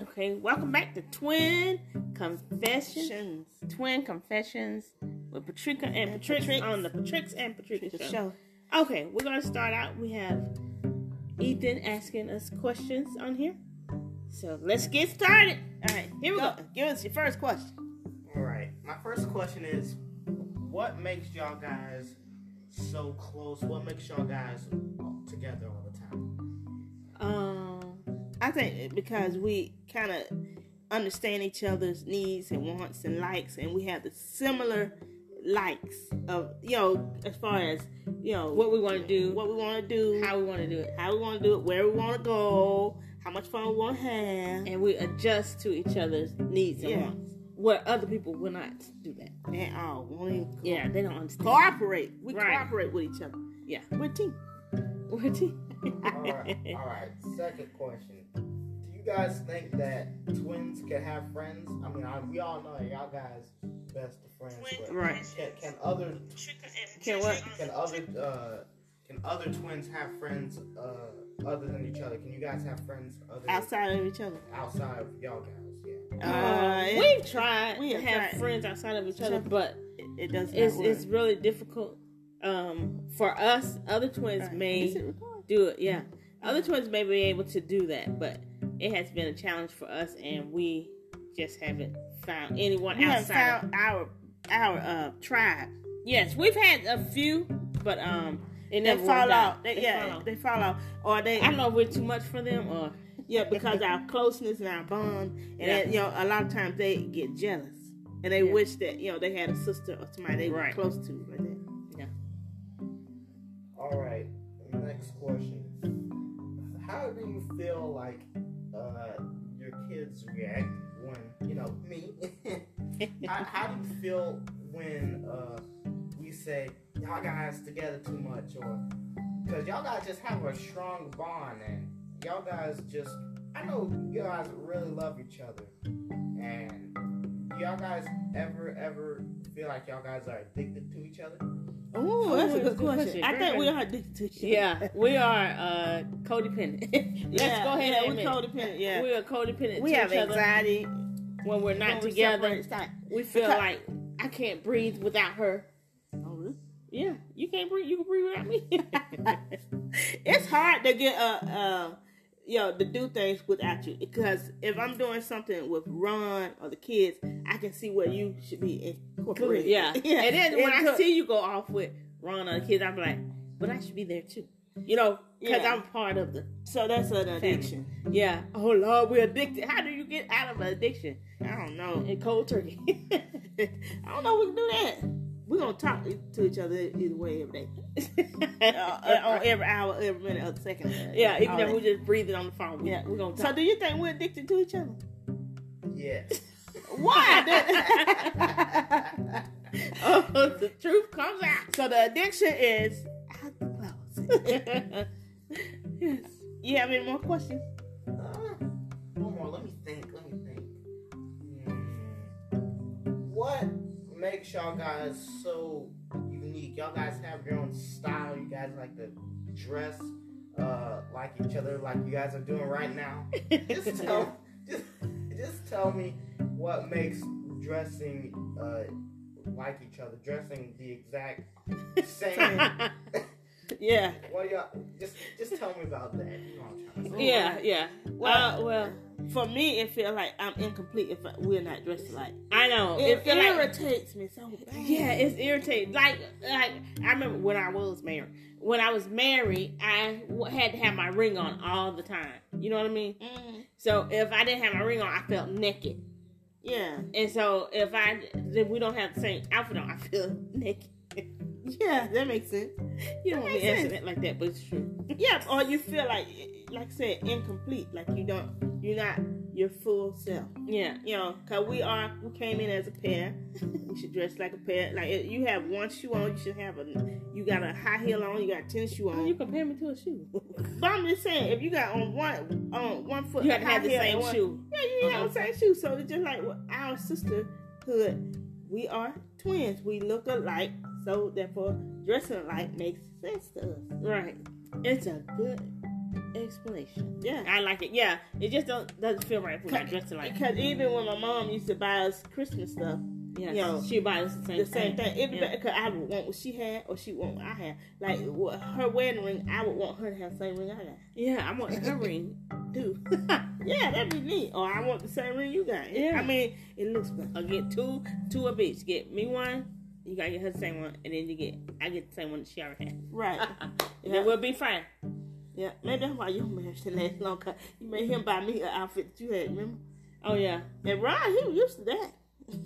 Okay, welcome back to Twin Confessions. Shins. Twin Confessions with Patricia and, And Patrick Patrix. on the Patrick's and Patricia The show. show. Okay, we're gonna start out. We have Ethan asking us questions on here, so let's get started. All right, Here we go. Give us your first question. All right. My first question is, what makes y'all guys so close? What makes y'all guys together all the time? Um, I think because we kind of understand each other's needs and wants and likes, and we have the similar likes of you know as far as you know What we want to do, what we want to do, how we want to do it, how we want to do it, where we want to go, how much fun we want to have. and we adjust to each other's needs and Yeah. wants. Where other people will not do that. And all won't even Yeah, they don't understand. cooperate. We Right. cooperate with each other. Yeah. We're a team. What do you- All right. All right. Second question. Do you guys think that twins can have friends? I mean, I, we all know that y'all guys best of friends. But Right. can, can other Can what? can other uh, can other twins have friends uh, other than each other? Can you guys have friends other Outside of each other. outside of y'all guys? Yeah. Uh, Um, it- we've tried we to have have tried. friends outside of each Sure. other, but it, it does it's not it's work. really difficult um, for us. Other twins Right. Is may it recording? do it. Yeah, other twins may be able to do that, but it has been a challenge for us, and we just haven't found anyone We have outside. of- found our our uh, tribe. yes, we've had a few, but um, it They never fall worked out. They, They yeah, fall out. they fall out, or they I don't know if we're too much for them or yeah because our closeness and our bond, and Yeah. that, you know a lot of times they get jealous and they Yeah. wish that you know they had a sister or somebody they Right. were close to like that. All right. Next question. How do you feel like uh, your kids react when you know me? how, how do you feel when uh, we say y'all guys together too much, or because y'all guys just have a strong bond and y'all guys just I know you guys really love each other, and do y'all guys ever ever feel like y'all guys are addicted to each other? Oh, that's a good, question. I Very, think very we are addicted to each other. yeah, we are uh, codependent. Let's Yeah, go ahead Yeah, and we're admit it. codependent. Yeah, We are codependent we to have each other. anxiety. When we're When not we together, separate, it's like, we feel Because- like I can't breathe without her. oh, really? Yeah, you can't breathe. You can breathe without me. it's hard to get uh uh you know to do things without you because if I'm doing something with Ron or the kids, I can see where you should be incorporated. yeah. and then when I Inco- see you go off with Ron or the kids, I'm like, but I should be there too. You know, because Yeah. I'm part of the. so that's an addiction. Yeah. Oh Lord, we're addicted. How do you get out of an addiction? I don't know. In cold turkey. I don't know. We can do that. We're gonna talk to each other either way every day, uh, uh, on every hour, every minute, or second. oh, yeah, even All though that. we're just breathing on the phone, oh, we, Yeah. we're gonna So talk. do you think we're addicted to each other? Yes. Why? oh, the truth comes out. so the addiction is out the closet. yes. You have any more questions? Uh, one more. Let me think. Let me think. Hmm. What makes y'all guys so unique? Y'all guys have your own style. You guys like to dress uh, like each other, like you guys are doing right now. Just tell, just, just tell me what makes dressing uh, like each other, dressing the exact same. Yeah. what y'all? Just, just tell me about that. You know what I'm trying to say. yeah, yeah. Well, uh, well, for me, it feels like I'm incomplete if I, we're not dressed alike. I know. It, feel like- irritates me so bad. yeah, it's irritating. Like, like I remember when I was married. When I was married, I w- had to have my ring on all the time. You know what I mean? Mm, So if I didn't have my ring on, I felt naked. yeah. And so if I if we don't have the same outfit on, I feel naked. Yeah, that makes sense. You don't want me makes answering sense. it like that, but it's true. Yeah, or you feel like, like I said, incomplete. Like you don't, you're not your full self. Yeah, You know, cause we are, we came in as a pair. we should dress like a pair. Like if you have one shoe on, you should have a, you got a high heel on, you got a tennis shoe on. you compare me to a shoe. But I'm just saying, if you got on one, on one foot, You have to high have the heel and same one- shoe. Yeah, you Uh-huh. ain't have the same shoe. So it's just like with our sisterhood, we are twins. We look alike, so therefore dressing alike makes sense to us. Right. It's a good explanation. Yeah. I like it. Yeah, it just don't doesn't feel right when I Cut- dress it like. Because even when my mom used to buy us Christmas stuff, Yeah, Yo, she buys the same, the same thing. It Yeah. because I would want what she had, or she want what I had. Like wha- her wedding ring, I would want her to have the same ring I got. Yeah, I want her ring too. Yeah, that'd be neat. Or I want the same ring you got. Yeah. I mean, it looks better. I'll get two, two of each. Get me one. You gotta get her the same one, and then you get I get the same one that she already had. Right. And then we'll be fine. yeah. Maybe that's why your marriage didn't last long. Cause you made him buy me an outfit that you had. Remember? Oh yeah, And Ron, he was used to that.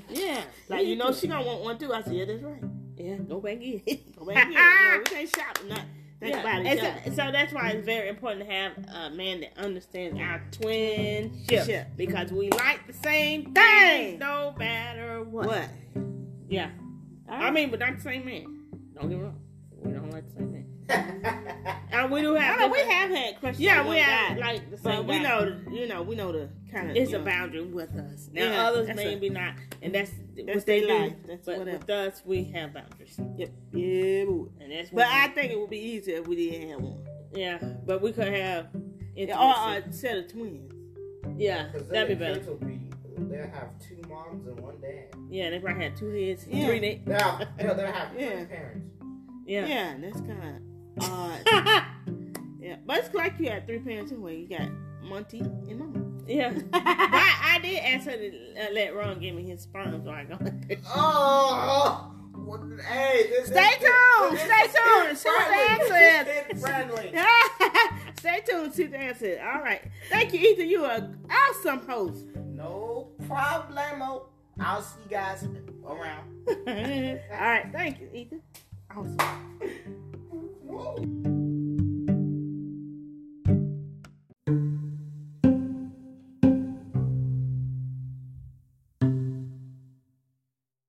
yeah. Like you know, she gonna want one too. I said, yeah, that's right. yeah go back in. Go back here. You know, we can't shop and not think Yeah, about and each other. so, so that's why it's very important to have a man that understands our twinship Ship. because we like the same Dang. thing no matter what. What? Yeah, All I right. mean, but not the same man. Don't get me wrong, we don't like the same man. yeah, And we do I have. know we different- have had crushes. Yeah, on we one have guy. like the But same. we guy. know, you know, we know the kind of. it's you a know, boundary with us. Now Yeah, others that's maybe not, and that's, That's what they their do. life. That's but whatever. with us, we have boundaries, Yep. Yeah. But, and that's. but what I we- think it would be easier if we didn't have one. yeah, but we could have. Yeah, Or intimacy. a set of twins. yeah, that'd be better. Kids will be, they'll have two moms and one dad. Yeah, they probably had two heads, Yeah. three necks. Now, they'll, they'll have Yeah. three parents. Yeah, Yeah. that's kind of odd. yeah. yeah, but it's like you had three parents anyway. You got Monty and Mama. But I, I did ask her to uh, let Ron give me his sperm so I go. Oh, well, hey, this, Stay this- tuned, this- stay this is tuned, kid she was friendly. asking. This is kid friendly. Stay tuned to the answer. All right. Thank you, Ethan. You are an awesome host. No problemo. I'll see you guys around. All right. Thank you, Ethan. Awesome.